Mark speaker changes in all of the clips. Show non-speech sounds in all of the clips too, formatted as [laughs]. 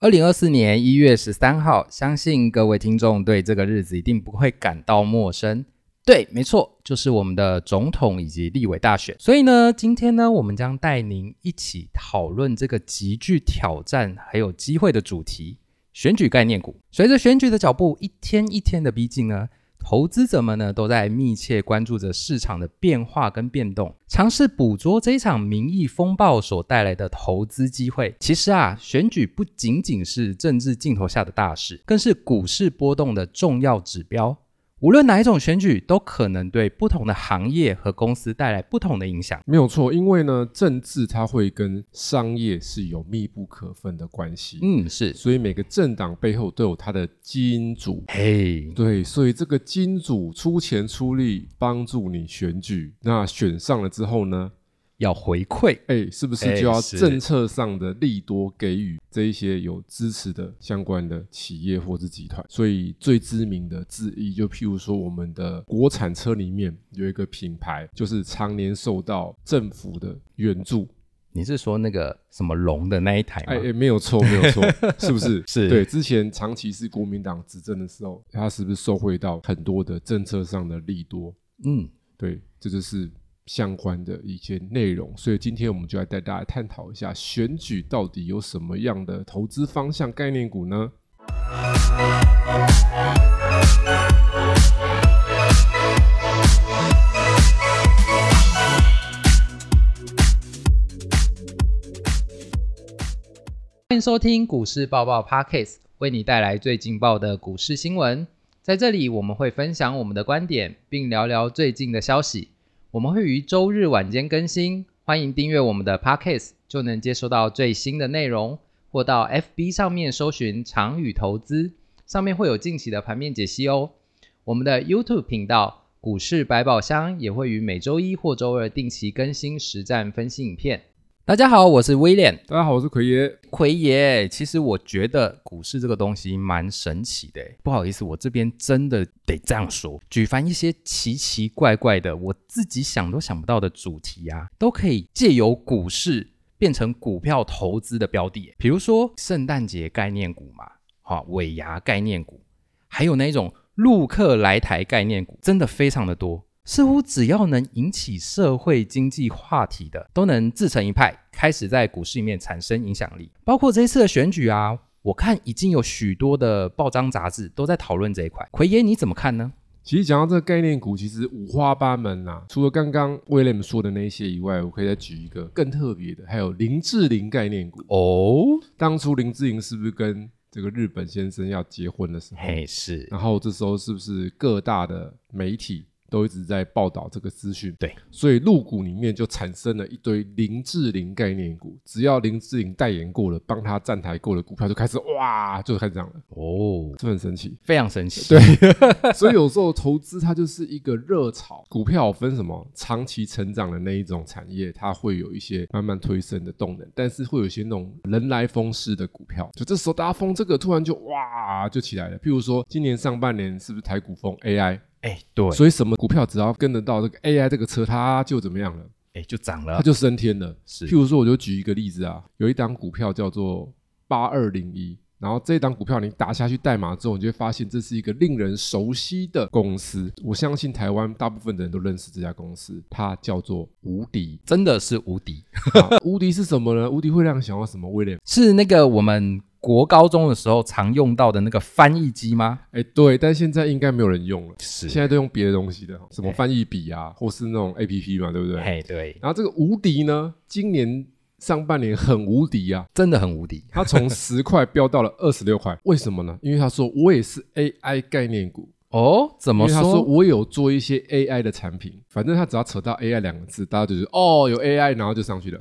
Speaker 1: 二零二四年一月十三号，相信各位听众对这个日子一定不会感到陌生。对，没错，就是我们的总统以及立委大选。所以呢，今天呢，我们将带您一起讨论这个极具挑战还有机会的主题——选举概念股。随着选举的脚步一天一天的逼近呢，投资者们呢都在密切关注着市场的变化跟变动，尝试捕捉这一场民意风暴所带来的投资机会。其实啊，选举不仅仅是政治镜头下的大事，更是股市波动的重要指标。无论哪一种选举，都可能对不同的行业和公司带来不同的影响。
Speaker 2: 没有错，因为呢，政治它会跟商业是有密不可分的关系，
Speaker 1: 嗯，是，
Speaker 2: 所以每个政党背后都有它的金主。
Speaker 1: 嘿，
Speaker 2: 对，所以这个金主出钱出力帮助你选举，那选上了之后呢，
Speaker 1: 要回馈，
Speaker 2: 哎，是不
Speaker 1: 哎
Speaker 2: 是就要
Speaker 1: 是
Speaker 2: 政策上的利多给予这一些有支持的相关的企业或是集团？所以最知名的之一，就譬如说我们的国产车里面有一个品牌，就是常年受到政府的援助。
Speaker 1: 你是说那个什么龙的那一台吗？
Speaker 2: 哎、哎没有错，没有错，是不是？
Speaker 1: 是
Speaker 2: 对。之前长期是国民党执政的时候，他是不是受惠到很多的政策上的利多？
Speaker 1: 嗯，
Speaker 2: 对，这就是相关的一些内容。所以今天我们就来带大家探讨一下，选举到底有什么样的投资方向概念股呢？
Speaker 1: 欢迎收听股市爆爆 Podcast，为你带来最劲爆的股市新闻。在这里，我们会分享我们的观点，并聊聊最近的消息。我们会于周日晚间更新，欢迎订阅我们的 Podcast，就能接收到最新的内容。或到 FB 上面搜寻“长宇投资”，上面会有近期的盘面解析哦。我们的 YouTube 频道“股市百宝箱”也会于每周一或周二定期更新实战分析影片。大家好，我是威廉。
Speaker 2: 大家好，我是奎爷。
Speaker 1: 奎爷，其实我觉得股市这个东西蛮神奇的欸。不好意思，我这边真的得这样说，举凡一些奇奇怪怪的，我自己想都想不到的主题啊，都可以借由股市变成股票投资的标的欸。比如说圣诞节概念股嘛，哈、尾牙概念股，还有那种陆客来台概念股，真的非常的多。似乎只要能引起社会经济话题的，都能自成一派，开始在股市里面产生影响力。包括这一次的选举啊，我看已经有许多的报章杂志都在讨论这一块。奎爷，你怎么看呢？
Speaker 2: 其实讲到这个概念股，其实五花八门啦、啊除了刚刚威廉说的那些以外，我可以再举一个更特别的，还有林志玲概念股。
Speaker 1: 哦，
Speaker 2: 当初林志玲是不是跟这个日本先生要结婚的时候，
Speaker 1: 嘿，是
Speaker 2: 然后这时候是不是各大的媒体都一直在报道这个资讯？
Speaker 1: 对，
Speaker 2: 所以入股里面就产生了一堆林志玲概念股，只要林志玲代言过了、帮她站台过的股票，就开始哇，就开始涨了，
Speaker 1: 哦，。
Speaker 2: 这很神奇
Speaker 1: 非常神奇。
Speaker 2: 对，所以有时候投资它就是一个热潮，股票分什么长期成长的那一种产业，它会有一些慢慢推升的动能，但是会有一些那种人来疯式的股票，就这时候大家疯这个，突然就哇就起来了。譬如说今年上半年是不是台股疯 AI？
Speaker 1: 哎，对，
Speaker 2: 所以什么股票只要跟得到这个 AI 这个车，它就怎么样了，
Speaker 1: 哎，就涨
Speaker 2: 它
Speaker 1: 了。
Speaker 2: 就升天了。
Speaker 1: 是
Speaker 2: 譬如说，我就举一个例子啊，有一档股票叫做八二零一，然后这一档股票你打下去代码之后，你就会发现这是一个令人熟悉的公司。我相信台湾大部分的人都认识这家公司，它叫做无
Speaker 1: [laughs]。
Speaker 2: 敌
Speaker 1: 真的是无敌，
Speaker 2: 啊无敌是什么呢？无敌会让你想到什么？威廉？
Speaker 1: 是那个我们国高中的时候常用到的那个翻译机吗？
Speaker 2: 哎，对，但现在应该没有人用了，
Speaker 1: 是
Speaker 2: 现在都用别的东西的，什么翻译笔啊，或是那种 A P P 嘛，对不对？
Speaker 1: 嘿，对，
Speaker 2: 然后这个无敌呢，今年上半年很无敌啊，
Speaker 1: 真的很无敌。
Speaker 2: 它从十块飙到了二十六块， [laughs] 为什么呢？因为他说我也是 AI 概念股，
Speaker 1: 哦，怎
Speaker 2: 因
Speaker 1: 么
Speaker 2: 为他说
Speaker 1: 说？
Speaker 2: 我有做一些 AI 的产品，反正他只要扯到 AI 两个字，大家就觉得哦有 AI，然后就上 [laughs] 去了。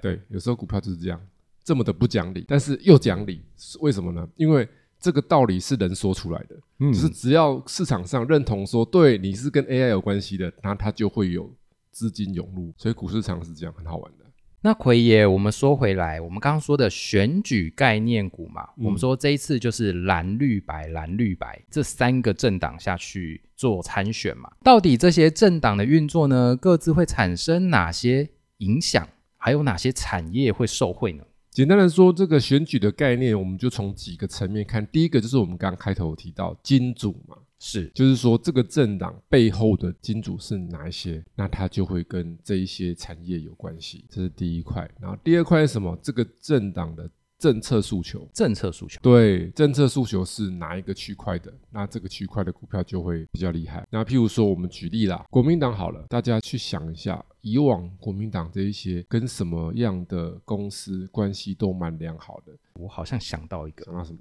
Speaker 2: 对，有时候股票就是这样，这么的不讲理，但是又讲理，为什么呢？因为这个道理是人说出来的，
Speaker 1: 嗯
Speaker 2: 就是只要市场上认同说对你是跟 AI 有关系的，那它就会有资金涌入，所以股市场是这样，很好玩的。
Speaker 1: 那奎爷，我们说回来，我们刚刚说的选举概念股嘛，
Speaker 2: 嗯
Speaker 1: 我们说这一次就是蓝绿白、蓝绿白这三个政党下去做参选嘛，到底这些政党的运作呢，各自会产生哪些影响，还有哪些产业会受惠呢？
Speaker 2: 简单的说，这个选举的概念，我们就从几个层面看。第一个就是我们刚刚开头有提到金主嘛，
Speaker 1: 是
Speaker 2: 就是说这个政党背后的金主是哪一些，那它就会跟这一些产业有关系，这是第一块。然后第二块是什么？这个政党的政策诉求。
Speaker 1: 政策诉求，
Speaker 2: 对，政策诉求是哪一个区块的，那这个区块的股票就会比较厉害。那譬如说，我们举例啦，国民党好了，大家去想一下，以往国民党这一些跟什么样的公司关系都蛮良好的，
Speaker 1: 我好像想到一个
Speaker 2: 想到什么？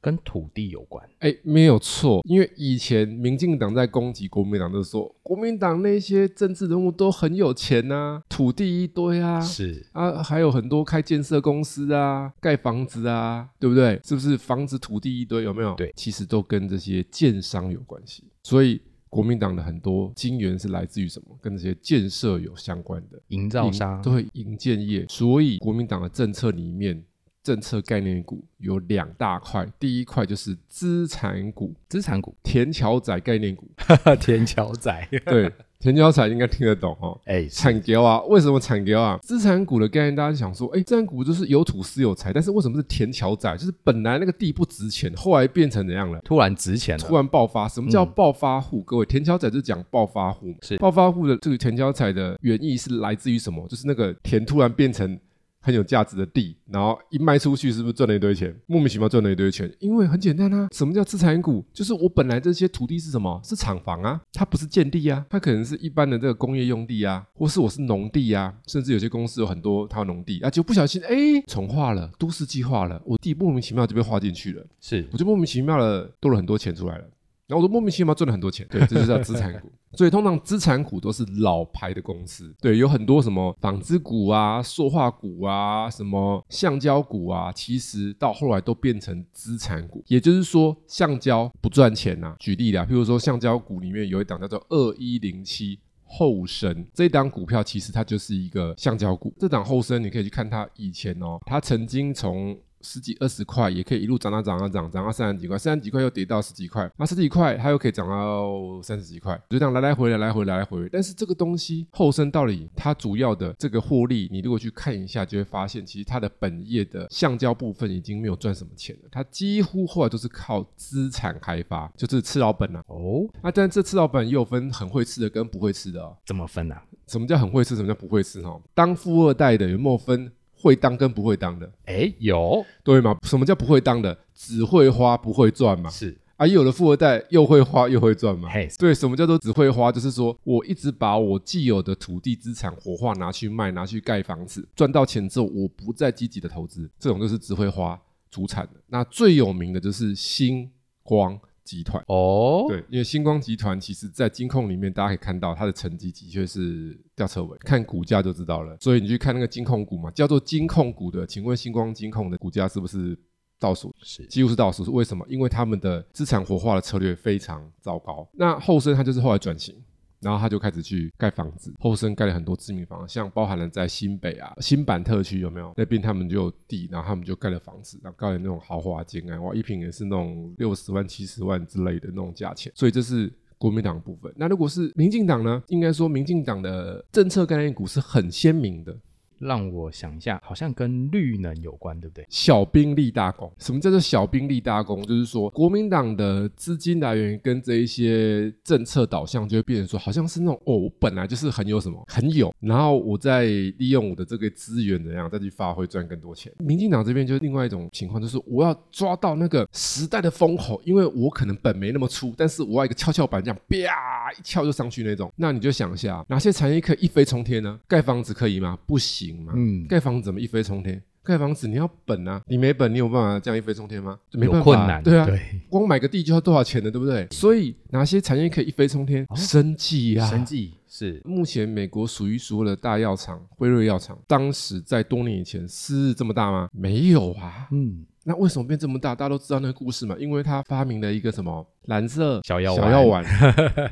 Speaker 1: 跟土地有关，
Speaker 2: 哎，没有错，因为以前民进党在攻击国民党，就是说国民党那些政治人物都很有钱呐、土地一堆啊，
Speaker 1: 是
Speaker 2: 啊，还有很多开建设公司啊，盖房子啊，对不对？是不是房子、土地一堆，有没有？
Speaker 1: 对
Speaker 2: 其实都跟这些建商有关系。所以国民党的很多金源是来自于什么？跟这些建设有相关的
Speaker 1: 营造
Speaker 2: 营
Speaker 1: 商，
Speaker 2: 对，营建业。所以国民党的政策里面，政策概念股有两大块，第一块就是资产股，
Speaker 1: 资产股，
Speaker 2: 田桥仔概念股。
Speaker 1: [laughs] 田桥仔，
Speaker 2: 对，田桥仔应该听得懂哦。
Speaker 1: [laughs] 哎，是
Speaker 2: 产牛啊，为什么产牛啊？资产股的概念，大家想说，哎、资产股就是有土是有财，但是为什么是田桥仔？就是本来那个地不值钱，后来变成怎样了？
Speaker 1: 突然值钱
Speaker 2: 突
Speaker 1: 了，
Speaker 2: 然爆发，什么叫暴发户？各位，田桥仔就讲暴发户嘛，
Speaker 1: 是
Speaker 2: 暴发户的这个田桥仔的原意是来自于什么？就是那个田突然变成很有价值的地，然后一卖出去，是不是赚了一堆钱？莫名其妙赚了一堆钱，因为很简单啊，什么叫资产股？就是我本来这些土地是什么？是厂房啊，它不是建地啊，它可能是一般的这个工业用地啊，或是我是农地啊，甚至有些公司有很多它有农地啊，就不小心哎重化了，都市计划了，我地莫名其妙就被划进去了。
Speaker 1: 是
Speaker 2: 我就莫名其妙的多了很多钱出来了。然后我就莫名其妙赚了很多钱，对，这就叫资产股。所以通常资产股都是老牌的公司，对，有很多什么纺织股啊、塑化股啊、什么橡胶股啊，其实到后来都变成资产股。也就是说，橡胶不赚钱呐、举例啦，譬如说橡胶股里面有一档叫做二一零七。后生这一档股票其实它就是一个橡胶股，这档后生你可以去看它以前哦，它曾经从十几二十块，也可以一路涨啊涨啊涨，涨到三十几块，三十几块又跌到十几块，那十几块它又可以涨到三十几块，就这样来来回来来回来来回。但是这个东西后生到底它主要的这个获利，你如果去看一下，就会发现其实它的本业的橡胶部分已经没有赚什么钱了，它几乎后来都是靠资产开发，就是吃老本啊。
Speaker 1: 哦，
Speaker 2: 那、但这吃老本也有分很会吃的跟不会吃的哦。
Speaker 1: 怎么分啊？
Speaker 2: 什么叫很会吃，什么叫不会吃？哦，当富二代的有没有分会当跟不会当的？
Speaker 1: 哎，有
Speaker 2: 对吗？什么叫不会当的？只会花不会赚嘛？
Speaker 1: 是
Speaker 2: 啊，有的富二代又会花又会赚嘛？
Speaker 1: 嘿
Speaker 2: 对，什么叫做只会花？就是说我一直把我既有的土地资产活化拿去卖，拿去盖房子，赚到钱之后我不再积极的投资，这种就是只会花主产的。那最有名的就是星光集团。
Speaker 1: 哦，
Speaker 2: 对，因为星光集团其实在金控里面，大家可以看到它的成绩的确是吊车尾，看股价就知道了。所以你去看那个金控股嘛，叫做金控股的，请问星光金控的股价是不是倒数？
Speaker 1: 是
Speaker 2: 几乎是倒数，是为什么？因为他们的资产活化的策略非常糟糕。那后生他就是后来转型。然后他就开始去盖房子，后生盖了很多知名房，像包含了在新北啊、新版特区有没有？那边他们就有地，然后他们就盖了房子，然后盖了那种豪华建案，哇，一平也是那种六十万、七十万之类的那种价钱。所以这是国民党的部分。那如果是民进党呢？应该说民进党的政策概念股是很鲜明的，
Speaker 1: 让我想一下，好像跟绿能有关，对不对？
Speaker 2: 小兵立大功。什么叫做小兵立大功？就是说，国民党的资金来源跟这一些政策导向，就会变成说，好像是那种哦，我本来就是很有什么很有，然后我再利用我的这个资源怎样再去发挥赚更多钱。民进党这边就是另外一种情况，就是我要抓到那个时代的风口，因为我可能本没那么粗，但是我要一个跷跷板这样啪一翘就上去那种。那你就想一下，哪些产业可以一飞冲天呢？盖房子可以吗？不行嘛。
Speaker 1: 嗯，
Speaker 2: 盖房子怎么一飞冲天？盖房子你要本啊，你没本，你有办法这样一飞冲天吗？没
Speaker 1: 有
Speaker 2: 办法啊，
Speaker 1: 困难，
Speaker 2: 对啊，
Speaker 1: 对，
Speaker 2: 光买个地就要多少钱的，对不对？所以哪些产业可以一飞冲天？生计啊，
Speaker 1: 哦生。计是
Speaker 2: 目前美国数一数二的大药厂辉瑞药厂，当时在多年以前是这么大吗？没有啊。
Speaker 1: 嗯，
Speaker 2: 那为什么变这么大？大家都知道那个故事嘛，因为他发明了一个什么蓝色
Speaker 1: 小药丸
Speaker 2: 小药丸。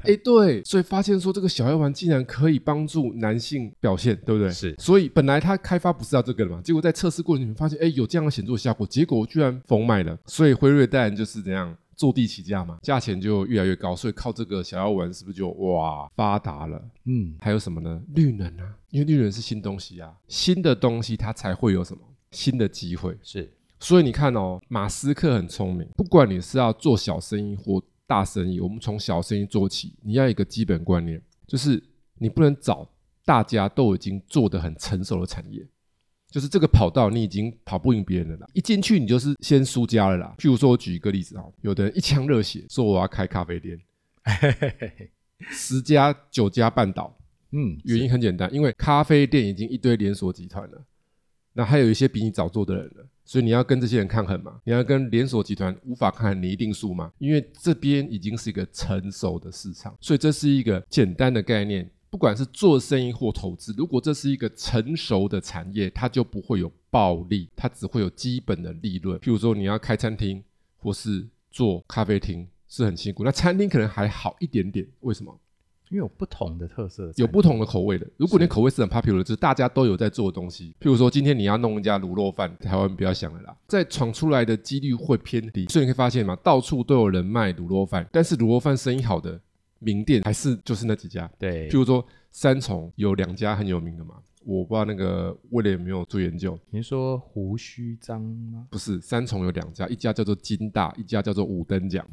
Speaker 2: 哎、对，所以发现说这个小药丸竟然可以帮助男性表现，对不对？
Speaker 1: 是
Speaker 2: 所以本来他开发不是要这个的嘛，结果在测试过程里面发现，哎，有这样的显著效果，结果居然疯卖了。所以辉瑞当然就是怎样坐地起价嘛，价钱就越来越高，所以靠这个小药丸是不是就哇发达了？
Speaker 1: 嗯，
Speaker 2: 还有什么呢？绿能啊，因为绿能是新东西啊，新的东西它才会有什么新的机会。
Speaker 1: 是
Speaker 2: 所以你看哦，马斯克很聪明，不管你是要做小生意或大生意，我们从小生意做起，你要有一个基本观念，就是你不能找大家都已经做得很成熟的产业。就是这个跑道，你已经跑不赢别人了啦！一进去你就是先输家了啦。譬如说，我举一个例子啊，有的人一腔热血说我要开咖啡店，十家九家半倒，
Speaker 1: 嗯，
Speaker 2: 原因很简单，因为咖啡店已经一堆连锁集团了，那还有一些比你早做的人了，所以你要跟这些人抗衡嘛，你要跟连锁集团无法抗衡，你一定输嘛，因为这边已经是一个成熟的市场，所以这是一个简单的概念。不管是做生意或投资，如果这是一个成熟的产业，它就不会有暴利，它只会有基本的利润。譬如说，你要开餐厅或是做咖啡厅是很辛苦，那餐厅可能还好一点点，为什么？
Speaker 1: 因为有不同的特色的餐
Speaker 2: 有
Speaker 1: 厅，
Speaker 2: 不同的口味的。如果你
Speaker 1: 是
Speaker 2: 口味是很 popular，就是大家都有在做的东西，譬如说今天你要弄一家卤肉饭，台湾不要想了啦，再闯出来的几率会偏低。所以你会发现嘛，到处都有人卖卤肉饭，但是卤肉饭生意好的名店还是就是那几家，
Speaker 1: 对
Speaker 2: 譬，如说三重有两家很有名的嘛。我不知道那个威廉有没有做研究，
Speaker 1: 您说胡须章
Speaker 2: [laughs]
Speaker 1: 吗？ [laughs]
Speaker 2: 不是三重有两家，一家叫做金大，一家叫做五等奖。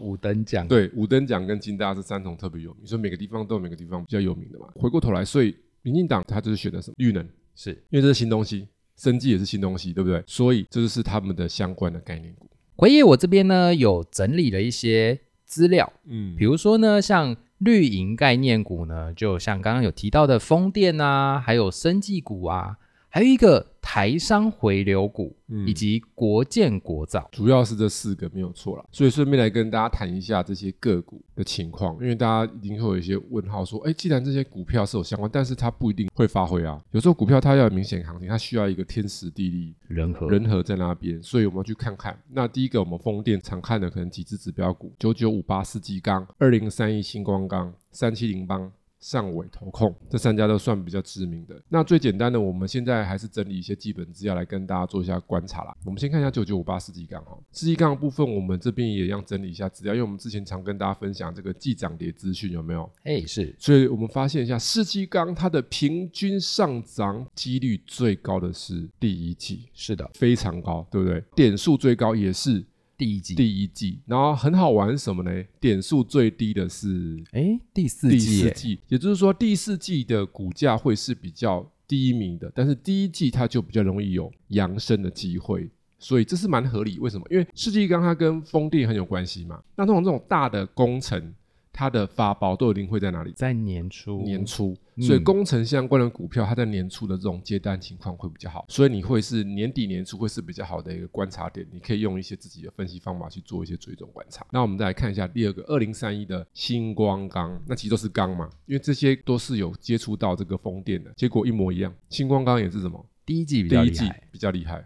Speaker 1: 五等奖，
Speaker 2: 对，五等奖跟金大是三重特别有名，所以每个地方都有每个地方比较有名的嘛。回过头来，所以民进党他就是选的什么绿能，
Speaker 1: 是
Speaker 2: 因为这是新东西，生计也是新东西，对不对？所以这就是他们的相关的概念股。
Speaker 1: 回忆我这边呢有整理了一些资料，
Speaker 2: 嗯
Speaker 1: 比如说呢，像绿营概念股呢，就像刚刚有提到的风电啊，还有生技股啊，还有一个台商回流股，
Speaker 2: 嗯
Speaker 1: 以及国建国造。
Speaker 2: 主要是这四个没有错啦。所以顺便来跟大家谈一下这些个股的情况，因为大家一定会有一些问号，说，哎，既然这些股票是有相关，但是它不一定会发挥啊。有时候股票它要有明显行情，它需要一个天时地利
Speaker 1: 人和
Speaker 2: 人和在那边，所以我们要去看看。那第一个，我们风电常看的可能几只指标股：九九五八世纪钢、二零三一星光钢、三七零邦。上尾投控这三家都算比较知名的。那最简单的，我们现在还是整理一些基本资料来跟大家做一下观察啦。我们先看一下九九五八世纪钢哈，世纪钢的部分我们这边也一样整理一下资料，因为我们之前常跟大家分享这个季涨跌资讯有没有？
Speaker 1: 哎，是
Speaker 2: 所以我们发现一下，世纪钢它的平均上涨几率最高的是第一季，
Speaker 1: 是的，
Speaker 2: 非常高，对不对？点数最高也是
Speaker 1: 第一季，
Speaker 2: 第一季，然后很好玩是什么呢？点数最低的是
Speaker 1: 哎，第四
Speaker 2: 第
Speaker 1: 季
Speaker 2: 四
Speaker 1: 耶，
Speaker 2: 季，也就是说第四季的股价会是比较低迷的，但是第一季它就比较容易有扬升的机会。所以这是蛮合理，为什么？因为世纪钢它跟风电很有关系嘛。那通常这种大的工程，它的发包都一定会在哪里？
Speaker 1: 在年初，
Speaker 2: 年初，
Speaker 1: 嗯
Speaker 2: 所以工程相关的股票，它在年初的这种接单情况会比较好，所以你会是年底年初会是比较好的一个观察点，你可以用一些自己的分析方法去做一些追踪观察。那我们再来看一下第二个二零三一的星光钢，那其实都是钢嘛，因为这些都是有接触到这个风电的，结果一模一样。星光钢也是什么？
Speaker 1: 第一季比
Speaker 2: 第
Speaker 1: 较
Speaker 2: 一
Speaker 1: 厉
Speaker 2: 季
Speaker 1: 害，
Speaker 2: 比较厉害，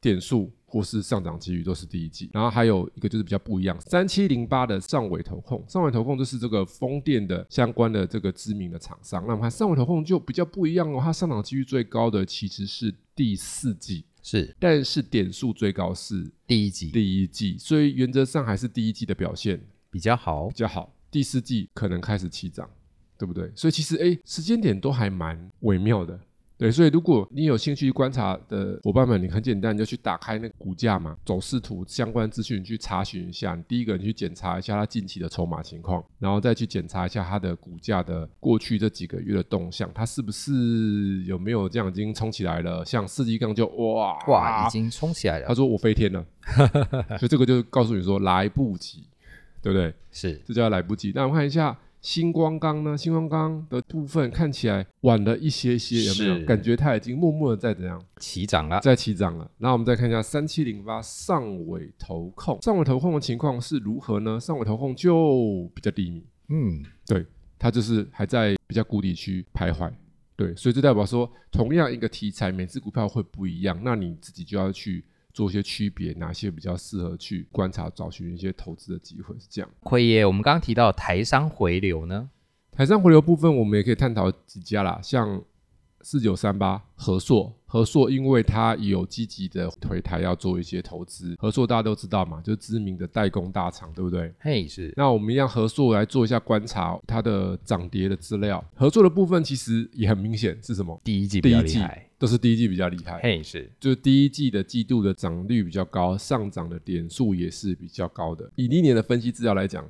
Speaker 2: 点数或是上涨机遇都是第一季。然后还有一个就是比较不一样，三七零八的上尾投控，上尾投控就是这个风电的相关的这个知名的厂商。那么它上尾投控就比较不一样哦，它上涨机遇最高的其实是第四季，
Speaker 1: 是
Speaker 2: 但是点数最高是
Speaker 1: 第一季
Speaker 2: 第一季，所以原则上还是第一季的表现
Speaker 1: 比较好
Speaker 2: 比，较好，第四季可能开始起涨，对不对？所以其实诶，时间点都还蛮微妙的。对，所以如果你有兴趣观察的伙伴们，你很简单，你就去打开那个股价嘛、走势图相关资讯去查询一下。你第一个，你去检查一下它近期的筹码情况，然后再去检查一下它的股价的过去这几个月的动向，它是不是有没有这样已经冲起来了？像四季钢就哇
Speaker 1: 哇，已经冲起来
Speaker 2: 他
Speaker 1: 了，
Speaker 2: 说我飞天了， [laughs] 所以这个就告诉你说来不及，对不对？
Speaker 1: 是
Speaker 2: 这叫来不及。那我们看一下星光钢呢？星光钢的部分看起来晚了一些些，有没
Speaker 1: 是
Speaker 2: 有？感觉它已经默默的在怎样，
Speaker 1: 起涨了，
Speaker 2: 在起涨了。那我们再看一下三七零八上尾投控，上尾投控的情况是如何呢？上尾投控就比较低迷，
Speaker 1: 嗯，
Speaker 2: 对，它就是还在比较谷底区徘徊。对，所以这代表说，同样一个题材，每只股票会不一样，那你自己就要去做一些区别，哪些比较适合去观察、找寻一些投资的机会，是这样。
Speaker 1: 辉爷，我们刚刚提到台商回流呢，
Speaker 2: 台商回流部分，我们也可以探讨几家啦，像四九三八和硕，和硕因为它有积极的回台要做一些投资，和硕大家都知道嘛，就是知名的代工大厂，对不对？
Speaker 1: 嘿，是
Speaker 2: 那我们一样合作来做一下观察它的涨跌的资料。合作的部分其实也很明显是什么？
Speaker 1: 第一季
Speaker 2: 第
Speaker 1: 比较
Speaker 2: 一
Speaker 1: 厉
Speaker 2: 季
Speaker 1: 害，
Speaker 2: 都是第一季比较厉害，
Speaker 1: 嘿，是
Speaker 2: 就是第一季的季度的涨率比较高，上涨的点数也是比较高的。以历年的分析资料来讲，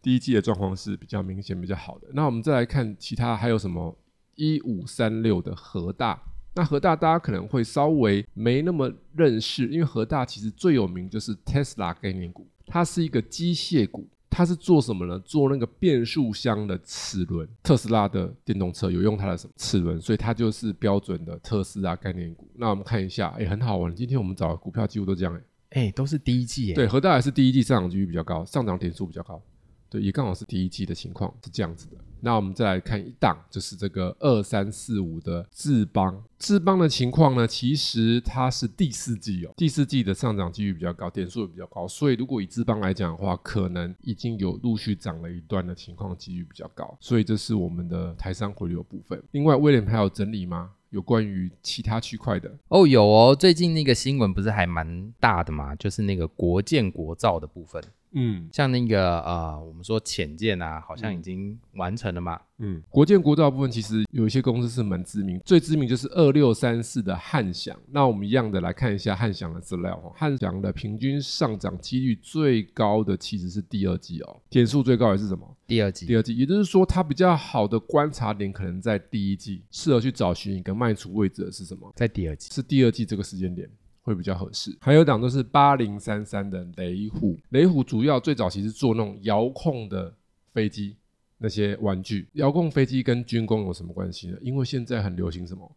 Speaker 2: 第一季的状况是比较明显、比较好的。那我们再来看其他还有什么？一五三六的和大，那和大大家可能会稍微没那么认识，因为和大其实最有名就是 Tesla 概念股，它是一个机械股。它是做什么呢？做那个变速箱的齿轮。特斯拉的电动车有用它的什么齿轮，所以它就是标准的特斯拉概念股。那我们看一下，哎、很好玩。今天我们找的股票几乎都这样、诶
Speaker 1: 哎、都是第一季耶。
Speaker 2: 对，和大也是第一季上涨几率比较高，上涨点数比较高，对，也刚好是第一季的情况是这样子的。那我们再来看一档，就是这个二三四五的智邦。智邦的情况呢，其实它是第四季哦，第四季的上涨几率比较高，点数也比较高，所以如果以智邦来讲的话，可能已经有陆续涨了一段的情况，几率比较高。所以这是我们的台商回流部分。另外，威廉还有整理吗？有关于其他区块的，
Speaker 1: 哦，有哦，最近那个新闻不是还蛮大的嘛，就是那个国建国造的部分，
Speaker 2: 嗯
Speaker 1: 像那个呃，我们说浅建啊，好像已经完成了嘛。
Speaker 2: 嗯，国建国造部分其实有一些公司是蛮知名，最知名就是二六三四的汉翔。那我们一样的来看一下汉翔的资料哦，汉翔的平均上涨几率最高的其实是第二季哦，点数最高也是什么？
Speaker 1: 第二季，
Speaker 2: 第二季，也就是说它比较好的观察点可能在第一季，适合去找寻一个卖出位置的是什么？
Speaker 1: 在第二季，
Speaker 2: 是第二季这个时间点会比较合适。还有一档就是八零三三的雷虎，雷虎主要最早其实做那种遥控的飞机那些玩具。遥控飞机跟军工有什么关系呢？因为现在很流行什么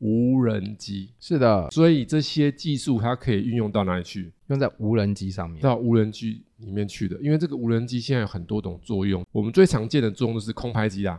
Speaker 2: 无人机，
Speaker 1: 是的，
Speaker 2: 所以这些技术它可以运用到哪里去？
Speaker 1: 用在无人机上面。
Speaker 2: 到无人机里面去的。因为这个无人机现在有很多种作用，我们最常见的作用就是空拍机啦。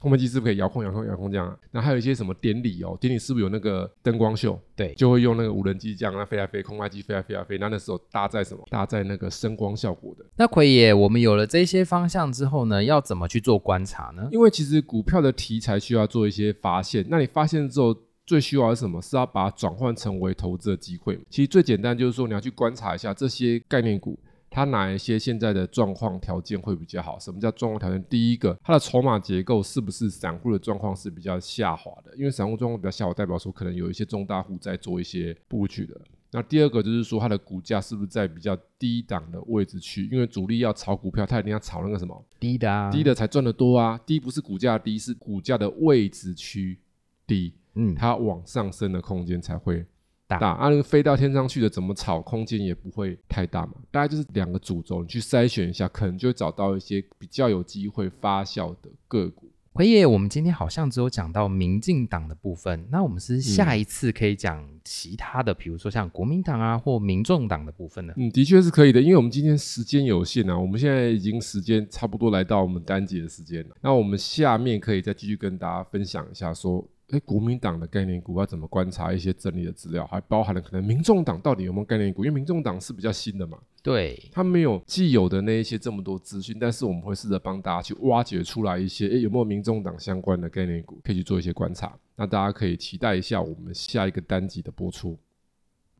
Speaker 2: 空拍机是不是可以遥控、遥控、遥控这样啊？那还有一些什么典礼哦，典礼是不是有那个灯光秀？
Speaker 1: 对
Speaker 2: 就会用那个无人机这样让它飞来飞，空拍机飞来飞来飞。那那时候搭载什么？搭载那个声光效果的。
Speaker 1: 那奎爷，我们有了这些方向之后呢，要怎么去做观察呢？
Speaker 2: 因为其实股票的题材需要做一些发现，那你发现之后。最需要的是什么？是要把它转换成为投资的机会。其实最简单就是说，你要去观察一下这些概念股，它哪一些现在的状况条件会比较好？什么叫状况条件？第一个，它的筹码结构是不是散户的状况是比较下滑的？因为散户状况比较下滑，代表说可能有一些重大户在做一些布局的。那第二个就是说，它的股价是不是在比较低档的位置去？因为主力要炒股票，它一定要炒那个什么
Speaker 1: 低的啊，
Speaker 2: 低，的才赚得多啊。低不是股价低，是股价的位置区低，
Speaker 1: 嗯，
Speaker 2: 它往上升的空间才会
Speaker 1: 大
Speaker 2: 大。啊，那个飞到天上去的，怎么炒空间也不会太大嘛。大概就是两个主轴，你去筛选一下，可能就会找到一些比较有机会发酵的个股。
Speaker 1: 奎爷，我们今天好像只有讲到民进党的部分，那我们是下一次可以讲其他的，比如说像国民党啊或民众党的部分呢？
Speaker 2: 嗯，的确是可以的，因为我们今天时间有限啊，我们现在已经时间差不多来到我们单节的时间了。那我们下面可以再继续跟大家分享一下，说，哎，国民党的概念股要怎么观察一些整理的资料，还包含了可能民众党到底有没有概念股，因为民众党是比较新的嘛，
Speaker 1: 对，
Speaker 2: 它没有既有的那一些这么多资讯，但是我们会试着帮大家去挖掘出来一些，诶，有没有民众党相关的概念股可以去做一些观察。那大家可以期待一下我们下一个单集的播出。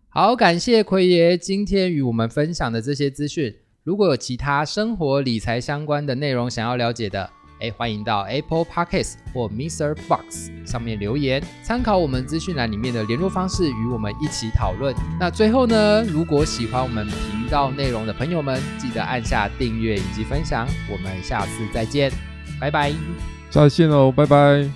Speaker 1: 好，感谢奎爷今天与我们分享的这些资讯。如果有其他生活理财相关的内容想要了解的，哎，欢迎到 Apple Podcasts 或 Mr. Box 上面留言，参考我们资讯栏里面的联络方式，与我们一起讨论。那最后呢，如果喜欢我们频道内容的朋友们，记得按下订阅以及分享。我们下次再见，拜拜。
Speaker 2: 下次见喽，拜拜。